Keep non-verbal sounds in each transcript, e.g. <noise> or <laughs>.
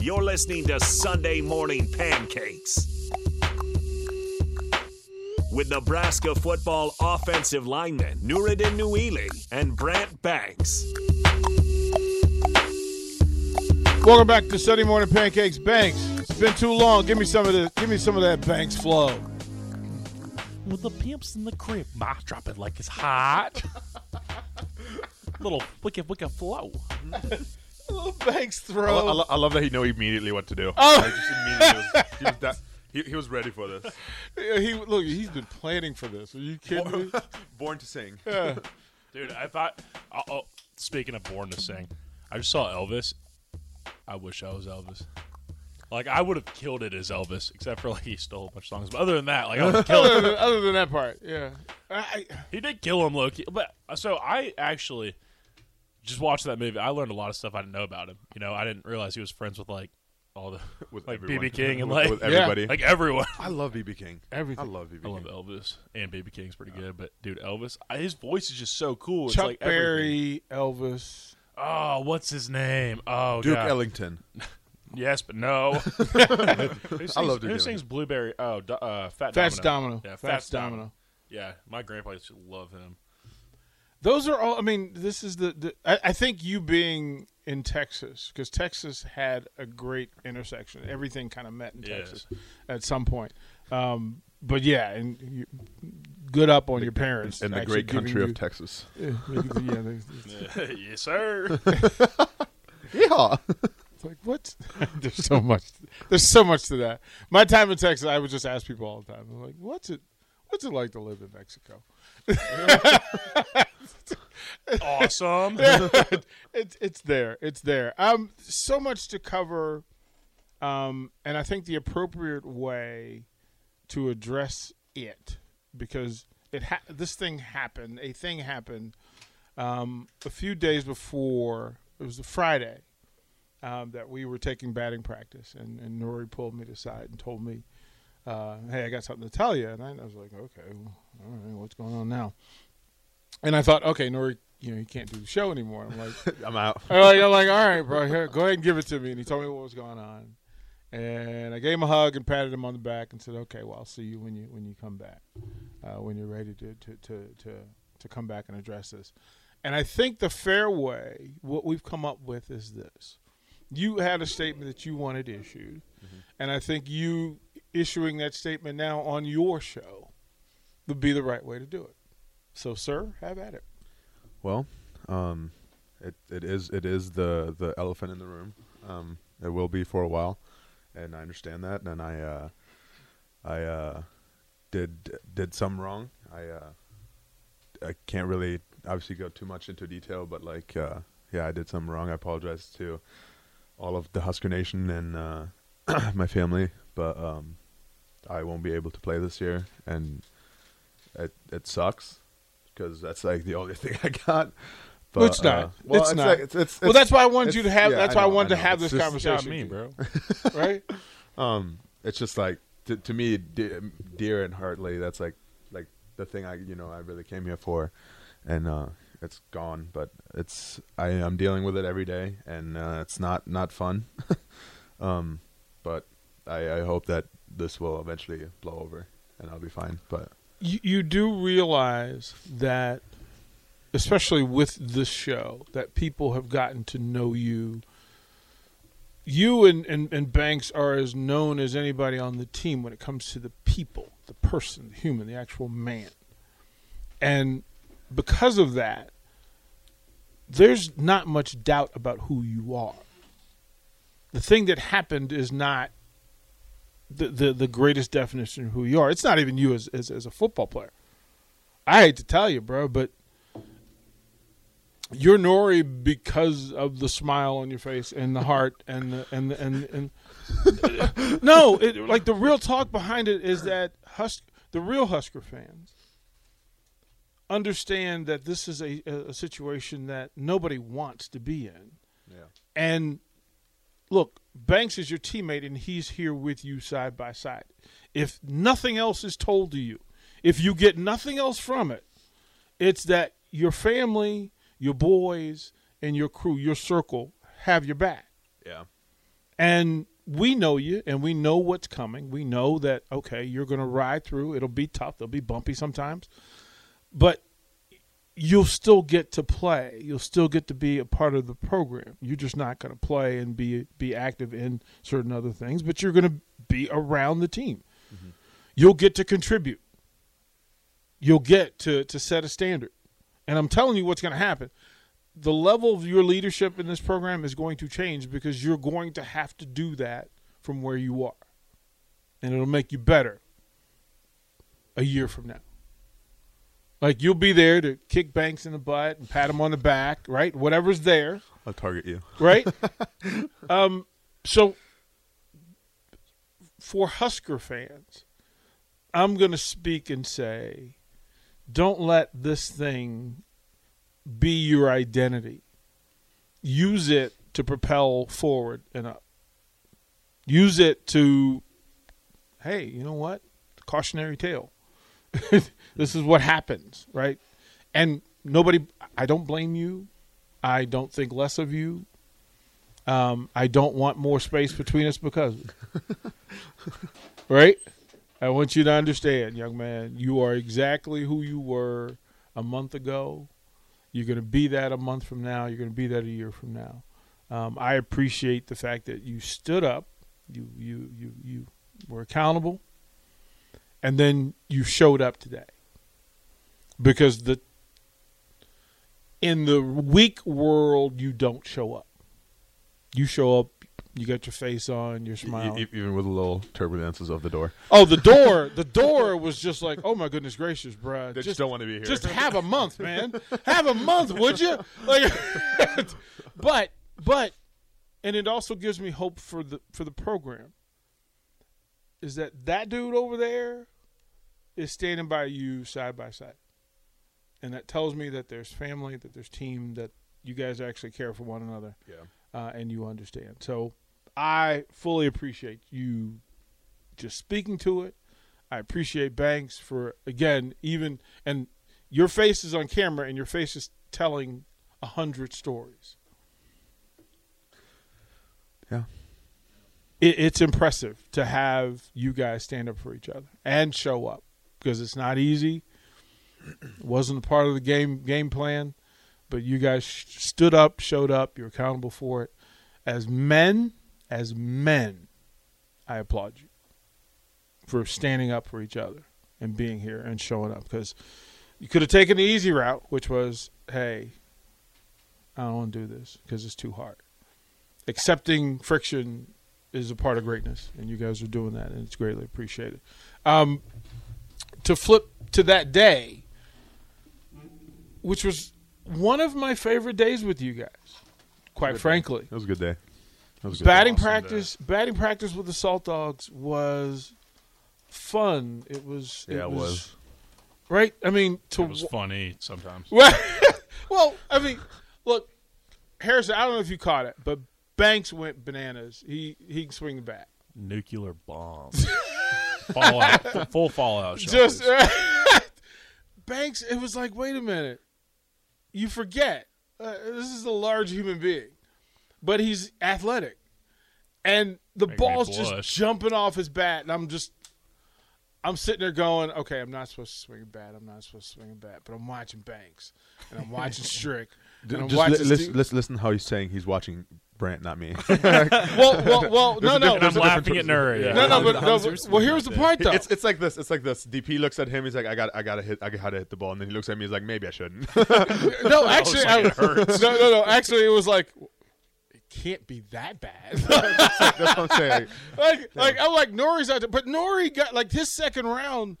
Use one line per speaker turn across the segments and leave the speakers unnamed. You're listening to Sunday Morning Pancakes. With Nebraska football offensive linemen Nuruddin Nuili and Brant Banks.
Welcome back to Sunday Morning Pancakes. Banks, it's been too long. Give me some of the, give me some of that Banks flow.
With the pimps in the crib, ma, drop it like it's
<laughs>
hot. Little wicked, wicked flow.
Little Banks
I, lo- I,
Oh.
throw.
lo- I love that he knew immediately what to do.
Oh.
Like, just immediately was- he, was that- he- he was ready for this.
Yeah, he look, he's been planning for this. Are you kidding me?
Born to sing.
Yeah.
Dude, I thought. Oh, oh, speaking of born to sing, I just saw Elvis. I wish I was Elvis. Like I would have killed it as Elvis, except for like he stole a bunch of songs. But other than that, like I would
<laughs>
have killed
other,
it.
than, other than that part, yeah. I, I-
He did kill him, Loki. But uh, so I actually just watched that movie. I learned a lot of stuff I didn't know about him. You know, I didn't realize he was friends with like all the
With
like
everyone.
BB King and
<laughs> With-
like
with everybody.
like everyone.
I love BB King.
Everything.
I love BB
I
King.
love Elvis and BB King's pretty good, but dude, Elvis, I- his voice is just so cool. It's
Chuck
like everything.
Berry, Elvis.
Oh, what's his name? Oh,
Duke
God.
Ellington.
Yes, but no. who sings,
I love Duke
who
Ellington.
sings Blueberry? Oh, do, uh, Fat
Fats
Domino.
Domino.
Yeah,
Fats
Domino.
Domino.
Yeah, my grandpa used to love him. <laughs>
Those are all. I mean, this is the. the I, I think you being in Texas because Texas had a great intersection. Everything kind of met in
Yes.
Texas at some point. Um, but yeah, and you, good up on your parents
In the
actually
great
giving
country
you-
<laughs>
of Texas.
Yeah, <laughs> yeah, they-
yes, sir.
Yeah.
it's like what? <laughs> there's so much. There's so much to that. My time in Texas, I would just ask people all the time. I'm like, what's it? What's it like to live in Mexico?
awesome.
<laughs> it's it's there. It's there. Um, so much to cover, um, and I think the appropriate way to address it because it ha- this thing happened. A thing happened um, a few days before. It was a Friday um, that we were taking batting practice, and, and Nori pulled me to side and told me, uh, "Hey, I got something to tell you." And I, I was like, "Okay, well, all right, what's going on now?" And I thought, "Okay, Nori, you know, you can't do the show anymore." I'm like.
I'm out.
<laughs> I'm like, I'm like, all right, bro, here, go ahead and give it to me. And he told me what was going on, and I gave him a hug and patted him on the back and said, okay, well, I'll see you when you when you come back, uh, when you're ready to to to to to come back and address this. And I think the fair way, what we've come up with is this: you had a statement that you wanted issued, and I think you issuing that statement now on your show would be the right way to do it. So, sir, have at it.
Well, um, it, it is it is the the elephant in the room. Um, it will be for a while, and I understand that. And I uh, I uh, did did some wrong. I uh, I can't really obviously go too much into detail, but like uh, yeah, I did some wrong. I apologize to all of the Husker Nation and uh, <clears throat> my family, but um, I won't be able to play this year, and it it sucks because that's like the only <laughs> thing I got.
Well, it's not.
uh, well,
It's not.
like- it's, it's,
well,
it's-
that's why I wanted you to
it's-
have.
yeah,
that's
I
why I
know,
wanted to
I know.
have this
It's just-
Got
conversation,
me, bro.
<laughs>
right?
um it's just like to, to me dear, dear and heartly that's like like the thing i you know i really came here for and uh it's gone but it's i i'm dealing with it every day and uh it's not not fun <laughs> um but i i hope that this will eventually blow over and i'll be fine but
You, you do realize that, especially with this show, that people have gotten to know you. You and, and, and Banks are as known as anybody on the team when it comes to the people, the person, the human, the actual man. And because of that, there's not much doubt about who you are. The thing that happened is not the, the, the greatest definition of who you are. It's not even you as, as, as a football player. I hate to tell you, bro, but you're Nori because of the smile on your face and the heart and the, and the, and and no, it, like the real talk behind it is that Hus- the real Husker fans understand that this is a, a a situation that nobody wants to be in.
yeah
And look, Banks is your teammate, and he's here with you side by side. If nothing else is told to you, if you get nothing else from it, it's that your family, your boys, and your crew, your circle have your back.
yeah
And we know you and we know what's coming. We know that, okay, you're going to ride through. It'll be tough. It'll be bumpy sometimes. But you'll still get to play. You'll still get to be a part of the program. You're just not going to play and be be active in certain other things, but you're going to be around the team. You'll get to contribute. You'll get to to set a standard. And I'm telling you what's going to happen. The level of your leadership in this program is going to change because you're going to have to do that from where you are. And it'll make you better a year from now. Like you'll be there to kick Banks in the butt and pat him on the back, right? Whatever's there,
I'll target you.
right? <laughs> um, so for Husker fans, I'm going to speak and say, don't let this thing be your identity. Use it to propel forward and up. Use it to, hey, you know what? Cautionary tale. <laughs> this is what happens, right? And nobody, I don't blame you. I don't think less of you. Um, I don't want more space between us because, of it. right? I want you to understand, young man, you are exactly who you were a month ago. You're going to be that a month from now. You're going to be that a year from now. Um, I appreciate the fact that you stood up, you you you you were accountable, and then you showed up today. Because the in the weak world, you don't show up. You show up. You got your face on. You're smiling.
E- e- even with the little turbulences of the door.
Oh, the door. The door was just like, oh my goodness gracious, bruh.
They just, don't want to be here.
just have a month, man. have a month, would you? Like, <laughs> but but, and it also gives me hope for the for the program. Is that that dude over there is standing by you side by side, and that tells me that there's family, that there's team, that you guys actually care for one another
yeah.
uh, and you understand. So I fully appreciate you just speaking to it. I appreciate Banks for again, even and your face is on camera and your face is telling a hundred stories.
Yeah.
It, it's impressive to have you guys stand up for each other and show up because it's not easy. <clears throat> It wasn't a part of the game game plan but you guys sh- stood up, showed up, you're accountable for it. As men, as men, I applaud you for standing up for each other and being here and showing up because you could have taken the easy route, which was, hey, I don't want to do this because it's too hard. Accepting friction is a part of greatness, and you guys are doing that, and it's greatly appreciated. Um, to flip to that day, which was one of my favorite days with you guys, quite frankly.
That was a good day. That was a good day.
Batting
awesome day.
practice, batting practice with the Salt Dogs was fun. It was,
Yeah, it was.
right. I mean, to
It was funny sometimes.
well, <laughs> well, I mean, look, Harrison. I don't know if you caught it, but Banks went bananas. He he can swing the bat.
Nuclear bombs. fallout. F- Full fallout.
Just
shelters.
<laughs> Banks. It was like, wait a minute, you forget uh, this is a large human being, but he's athletic, and the
me
ball's just
blush.
jumping off his bat, and I'm just. I'm sitting there going, okay, I'm not supposed to swing a bat. I'm not supposed to swing a bat, but I'm watching Banks and I'm
<laughs>
watching Strick and I'm
Just
watching.
li-
this
listen,
dude-
listen, listen how he's saying he's watching Brant,
<laughs>
not me. <laughs>
well, well, well, no, no,
And I'm laughing at Nuri.
no, no,
<laughs>
but, no, but well, here's the point though.
it's it's like this. It's like this. DP looks at him. He's like, I got, I gotta hit, I gotta hit the ball. And then he looks at me. He's like, maybe I
<laughs>
shouldn't. <laughs>
<laughs>
no, actually, I,
like it hurts.
no, no, no. Actually, it was like it can't be that bad. <laughs>
That's what I'm saying.
like, like I'm like Nori's out there, but Nori got like his second round.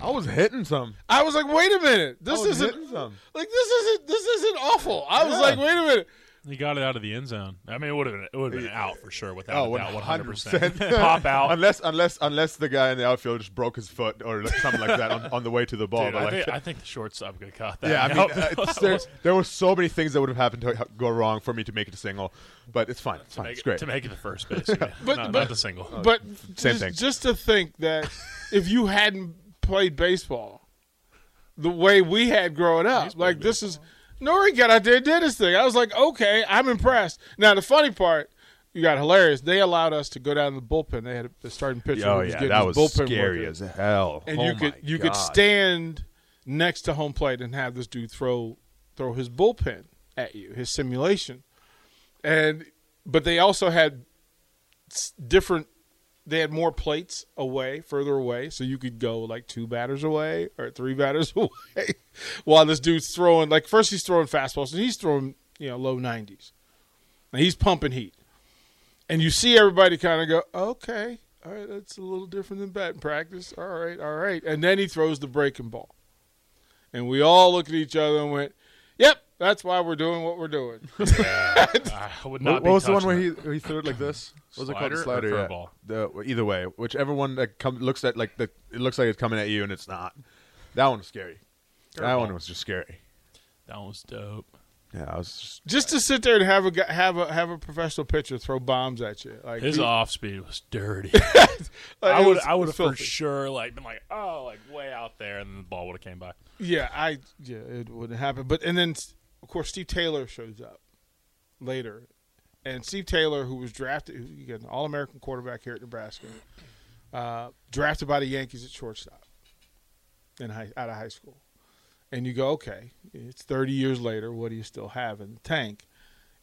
I was hitting some.
I was like, wait a minute, this
Oh,
I was
isn't
hitting some.
like this isn't this isn't awful. I was
Yeah.
like, wait a minute.
He got it out of the end zone. I mean, it would have been it would have been out for sure without
Oh,
a doubt, one hundred
100%.
percent. Pop out.
<laughs> Unless, unless, unless the guy in the outfield just broke his foot or like, something like that on, on the way to the ball.
Dude,
but
I,
like,
think, I think the shorts. I'm gonna cut that. <laughs>
yeah, I mean,
out.
uh, it's- there, there were so many things that would have happened to ha- go wrong for me to make it a single, but it's fine. It's fine.
make
It's
it-
great.
to make it the
<laughs>
first base. yeah.
But-
not,
but-
not the single.
But
Oh, same
just,
thing.
just to think that if you hadn't played baseball the way we had growing up, like this is Nori got out there and did his thing. I was like, okay, I'm impressed. Now the funny part, you got hilarious. They allowed us to go down to the bullpen. They had a starting pitcher. who
Oh
was
yeah,
getting
that was
his bullpen
scary
work in.
as hell.
And
Oh
you could
my
you
God.
could stand next to home plate and have this dude throw throw his bullpen at you, his simulation. And but they also had s- different. They had more plates away, further away, so you could go like two batters away or three batters <laughs> away, while this dude's throwing. Like first he's throwing fastballs, and he's throwing you know low nineties, and he's pumping heat and you see everybody kind of go, okay, all right, that's a little different than batting practice. All right, all right. And then he throws the breaking ball. And we all looked at each other and went, yep, that's why we're doing what we're doing.
<laughs> I would
What,
not.
what
be
was the one
touching
where
it.
he, he threw it like this? What was it called? The
Slider
Slider.
or
yeah.
curveball?
The, either way, whichever one that come, looks at like the it looks like it's coming at you and it's not. That one was scary. That one was just scary.
That one was dope.
Yeah, I was just
Just to sit there and have a gu- have a have a professional pitcher throw bombs at you, like
His
dude,
off speed was
<laughs>
dirty.
like,
I
it
would
was-
I
it
would
was
have for
filthy.
sure like been like oh like way out there and then the ball would have came by.
Yeah, I yeah, it wouldn't happen. But and then of course Steve Taylor shows up later, and Steve Taylor, who was drafted, who you got an All American quarterback here at Nebraska, uh, drafted by the Yankees at shortstop in high, out of high school, and you go, okay, it's thirty years later. What do you still have in the tank?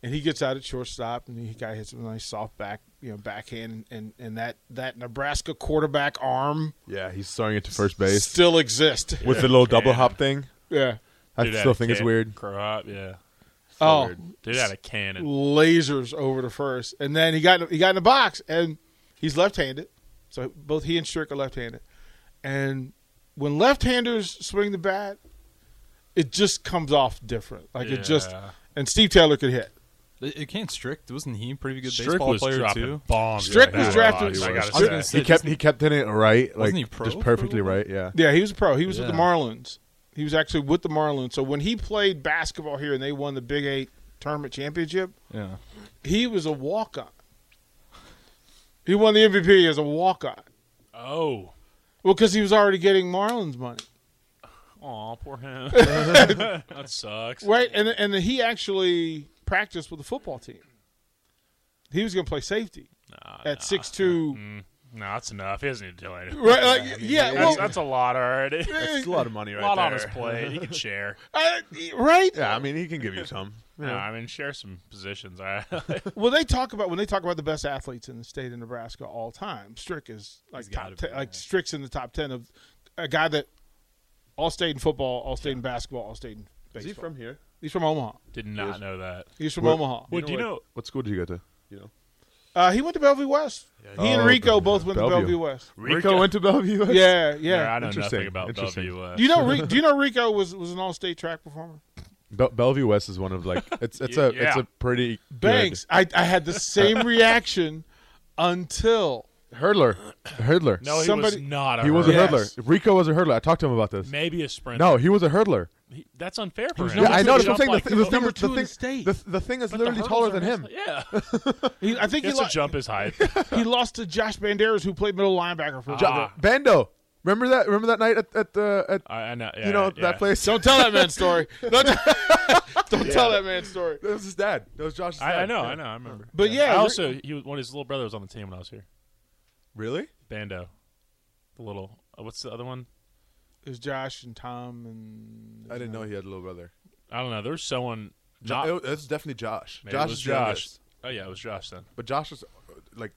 And he gets out at shortstop, and the guy hits a nice soft back, you know, backhand, and, and, and that, that Nebraska quarterback arm
yeah. He's throwing it to first base
still exists. <laughs>
with the little double
Yeah.
hop thing.
Yeah.
I
Dude had
still
a
think it's
can-
weird.
Crop, yeah.
oh,
weird.
Dude had a cannon.
lasers over the first, and then he got he got in the box, and he's left-handed, so both he and Strick are left-handed, and when left-handers swing the bat, it just comes off different. Like it just
Yeah.
and Steve Taylor could hit.
It, can't Strick. Wasn't he a pretty good
Strick
baseball
was
player
dropping
too?
bombs.
Strick
like
was
that.
drafted-
I
I was
gotta
gonna
say.
say-
He kept he kept hitting it right, like
he pro
just
for a
perfectly
little
right. Yeah.
Yeah, he was a pro. He was with the
Yeah.
Marlins. He was actually with the Marlins. So when he played basketball here and they won the Big Eight tournament championship,
Yeah.
he was a walk-on. He won the MVP as a walk-on.
Oh,
Well, because he was already getting Marlins money.
aw, poor
<laughs>
him. <laughs> that sucks.
Right, and and he actually practiced with the football team. He was going to play safety
Nah,
at six two.
Mm, no, that's enough. He doesn't need to do anything.
Right, like yeah,
That's,
well,
that's a lot
<laughs>
already.
That's a lot of money
a
right
lot
there.
on his plate. He can share.
uh, right.
Yeah, I mean he can give you some.
No, I mean share some positions. I <laughs>
Well, they talk about when they talk about the best athletes in the state of Nebraska all time. Strick is like top
gotta be,
ten, like Strick's in the top ten of a guy that all state in football, all state in basketball, all state in baseball.
here?
He's from Omaha.
did not know that.
He's from
What-
Omaha.
Well, do you know?
What school did you go to? You know.
Uh, he went to Bellevue West. he and
Oh,
Rico
Bellevue.
both went to
Bellevue.
Bellevue West.
Rico, went to Bellevue.
Yeah, yeah.
Yeah, I know
Interesting,
nothing about
interesting.
Bellevue. Uh,
Do you know?
<laughs>
Ri- do you know Rico was was an all state track performer?
Be- Bellevue West is one
<laughs>
of like it's it's a it's
Yeah.
a pretty
Banks. I, I had the
<laughs>
same reaction until
good hurdler <clears throat> hurdler.
no, he
somebody-
was not. A
he was a <laughs>
hurdler.
Yes.
hurdler. Rico was a hurdler. I talked to him about this.
Maybe a sprinter.
No, he was a hurdler.
He- that's unfair for
was
him.
number
Yeah, I
two
know.
in
That's
He
what I'm saying.
jumped
The,
like-
the thing,
two in
the,
the
thing,
state.
the, the thing is
but the
literally
hurdles
taller
are
than
his-
<laughs> him.
Yeah,
he, I think he,
gets to
lo-
jump his
<laughs>
height.
he lost to Josh Banderas, who played middle linebacker for.
Ah.
Bando, remember that? Remember that night at at the at
I, I know. Oh, Yeah,
you know
yeah.
that place?
Don't tell that man's
<laughs>
story. Don't, <laughs> don't tell that man's story.
<laughs> That was his dad. That was Josh's
I,
dad.
I know.
Yeah.
I know. I remember.
But yeah,
I
Ri-
also he was one of his little brothers on the team when I was here.
Really?
Bando, the little. uh, What's the other one?
it was Josh and Tom and
I didn't know he had a little brother.
I don't know. There's someone.
Jo-
Not,
it- That's definitely Josh.
maybe it
Josh
was
is the
Josh.
youngest.
Oh yeah, it was Josh then.
but Josh is like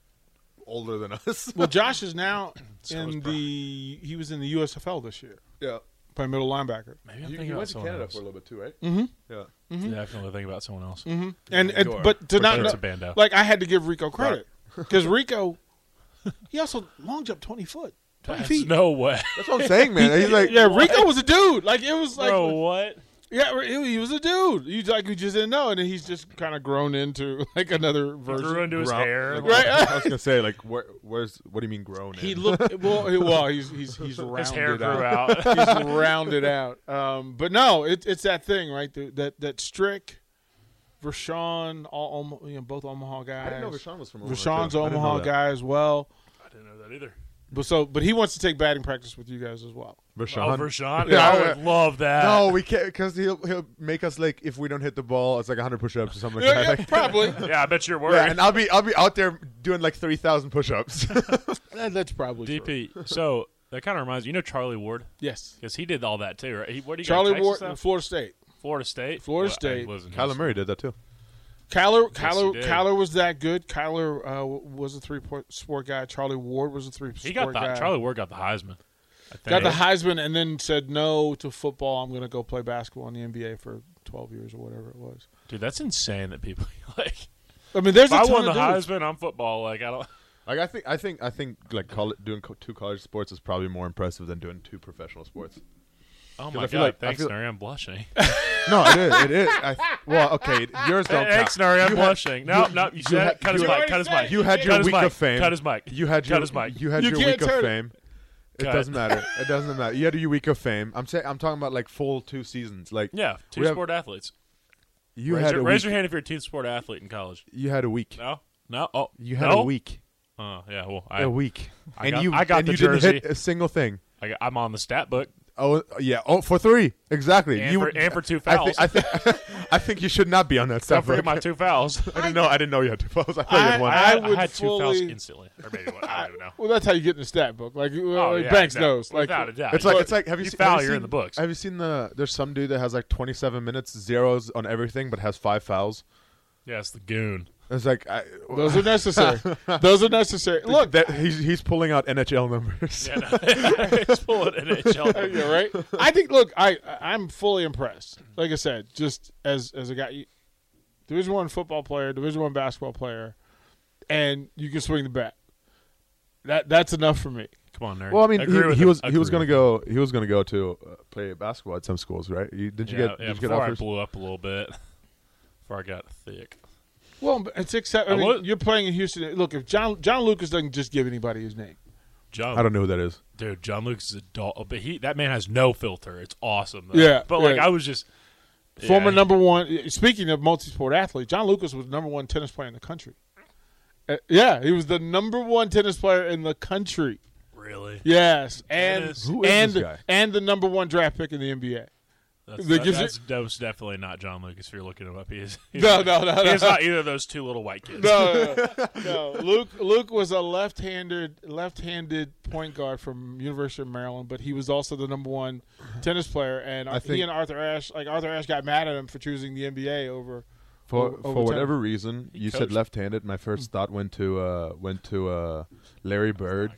older than us.
Well, Josh is now
<clears throat> So was
in
Brian.
the he was in the USFL this year,
<laughs> yeah,
playing middle linebacker.
Maybe I'm
you,
thinking
you
about
went to
someone
Canada
else.
for a little bit too, right?
Mhm.
Yeah.
Definitely think about someone else.
Mm-hmm.
hmm And, and
Sure.
but to
For
not
sure
know-
it's a Bando.
like I had to give Rico credit
<laughs>
because Rico, he also long jumped twenty foot, twenty
That's
feet.
no way.
That's what I'm saying, man. <laughs> He's like,
yeah, Rico was a dude. Like it was <laughs> like
Bro, what?
Yeah, re- he he was a dude. You like you just didn't know, and then he's just kind of grown into <laughs> like another
Grew
version.
into his
Ground-
hair.
like,
Right.
I was gonna say, like, where, where's what do you mean grown?
He
in?
looked well. He, well, he's he's he's rounded
His hair grew
out. <laughs>
out.
he's rounded out. Um, but no, it, it's that thing, right? The, that that Strick, Rashawn, all Oma- you know, both Omaha guys.
I didn't know Rashawn was from Omaha.
Rashawn's
too. I didn't know
Omaha
that.
guy as well.
I didn't know that either.
But so, but he wants to take batting practice with you guys as well.
Rashawn.
Oh, Rashawn?
Yeah,
I
I-
would love that.
No, we can't because he'll he'll make us like if we don't hit the ball, it's like 100 push-ups or something like
Yeah,
that.
yeah, probably.
Yeah, I bet you're worried.
Yeah, and I'll be I'll be out there doing like 3,000 push-ups. <laughs>
That- that's probably true.
DP. So that kind of reminds you know Charlie Ward
Yes,
because he did all that too, right? He, where did he go?
Charlie
Texas
Ward
now?
and Florida State.
Florida State.
Florida
Well, I
State.
wasn't-
Kyler Murray did that too.
Kyler,
Yes, he
Kyler,
did.
Kyler was that good. Kyler uh, w- was a three point sport guy. Charlie Ward was a three
He
sport
got the
guy.
Charlie Ward got the Heisman. I think.
got the Heisman and then said no to football. I'm going to go play basketball in the NBA for 12 years or whatever it was.
Dude, that's insane that people <laughs> like.
I mean, there's
If I
a ton
won the
of dudes.
Heisman, I'm football. Like I don't.
Like I think I think I think like coll doing co- two college sports is probably more impressive than doing two professional sports.
Oh
I
my
feel
god!
like- I
thanks,
feel-
Nari. I'm blushing.
No, it is. It is. I, well, okay, yours don't
thanks,
count.
Nari. I'm
You had-
blushing. No, no. You said
had-
it. cut his
you
mic.
already
Cut his
said
mic.
You had your
Cut his
week
mic.
of fame.
Cut his mic.
You had
Cut
your
his mic.
You had
You
your
can't
week of
turn it.
fame. It
Cut.
doesn't matter. It doesn't matter. You had your week of fame. I'm saying I'm talking about like full two seasons. Like
Yeah, two
we have-
sport athletes.
You
raise
had
your,
a
raise
week.
your hand if you're a team sport athlete in college.
You had a week.
No, no. Oh,
You had
no?
a week.
Uh, yeah. Well, I,
A week.
I
and
got-
you
I got
and
the
you didn't
jersey.
hit a single thing.
I got- I'm on the stat book.
Oh yeah. Oh for three. Exactly.
And
you
for-
would-
and for two
I thi- <laughs>
fouls.
I think I think you should not be on that
Don't
stuff.
forget my two
<laughs>
fouls.
I didn't know. I didn't know you had two fouls. I thought you
I-
had one.
I- would
had two fouls
fully-
instantly, or maybe one. I don't
<laughs>
even know.
Well, that's how you get in the stat book. Like,
Oh,
like
yeah,
Banks
exactly.
knows. Like,
Without a doubt.
It's like
Look,
it's like have you,
you
seen,
foul,
have you
you're in
seen-
the books.
Have you seen the? There's some dude that has like 27 minutes, zeros on everything, but has five fouls.
yeah, it's the goon. <laughs>
It's like I,
those are necessary. those are necessary. Look,
that he's he's pulling out NHL numbers.
Yeah, no, it's pulling NHL.
yeah, right. I think. Look, I I'm fully impressed. Like I said, just as as a guy, you- Division One football player, Division One basketball player, and you can swing the bat. That that's enough for me.
Come on, nerd.
<laughs> Well, I mean,
Agree
he,
with
he
him.
was he
Agree
was gonna
with
go he was gonna go to uh, play basketball at some schools, right? You, did
him.
you
yeah,
get
yeah,
did you get
before I
offers?
blew up a little bit, before I got thick.
Well, it's except I
I
mean,
would-
you're playing in Houston. Look, if John John Lucas doesn't just give anybody his name,
John,
I don't know who that is.
dude, John Lucas is a doll, but he that man has no filter. It's awesome. Though.
Yeah,
but like
yeah.
I was just
former
Yeah.
number one. Speaking of multi-sport athlete, John Lucas was number one tennis player in the country. Uh, yeah, he was the number one tennis player in the country.
really.
Yes, and
Dennis.
Who is
and
this guy?
and the number one draft pick in the NBA.
That's,
That
that,
gives
that's, that was definitely not John Lucas. If you're looking him up, he is. He's
No,
not-
no, no, no.
He's not either of those two little white
<laughs>
kids.
No, no, no. Luke Luke was a left-handed left-handed point guard from University of Maryland, but he was also the number one tennis player. And
I think-
he and Arthur Ashe, like Arthur Ashe, got mad at him for choosing the NBA over.
For
Over-
for
overtime.
whatever reason, you said
coached.
left-handed. My first thought went to uh, went to uh, Larry Bird,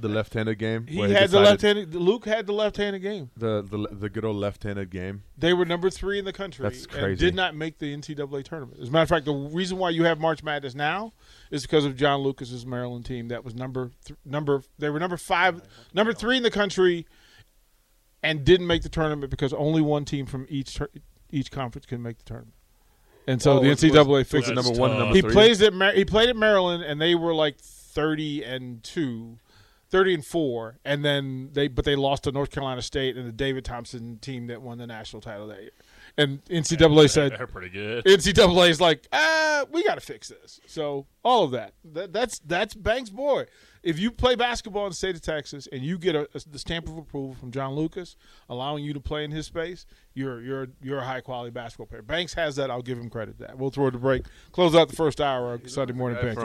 the left-handed game.
He
where
had the
decided-
left-handed. Luke had the left-handed game.
the the the good old left-handed game.
They were number three in the country.
That's
And
crazy.
did not make the NCAA tournament. As a matter of fact, the reason why you have March Madness now is because of John Lucas's Maryland team that was number th- number they were number five, number three in the country, and didn't make the tournament because only one team from each tur- each conference can make the tournament. And so
Oh,
the
was-
NCAA
Was
fixed
it
it.
That's
number one,
tough.
and number
He
three?
plays at Mar- he played at Maryland, and they were like thirty and two. 30 and 4 and then they but they lost to North Carolina State and the David Thompson team that won the national title that year. And NCAA said
They're pretty good.
NCAA is like, "Ah, we got to fix this." So, all of that. that that's that's Banks boy. If you play basketball in the state of Texas and you get a, a- the stamp of approval from John Lucas allowing you to play in his space, you're you're you're a high-quality basketball player. Banks has that. I'll give him credit for that. We'll throw it to break. Close out the first hour of Sunday morning pancake.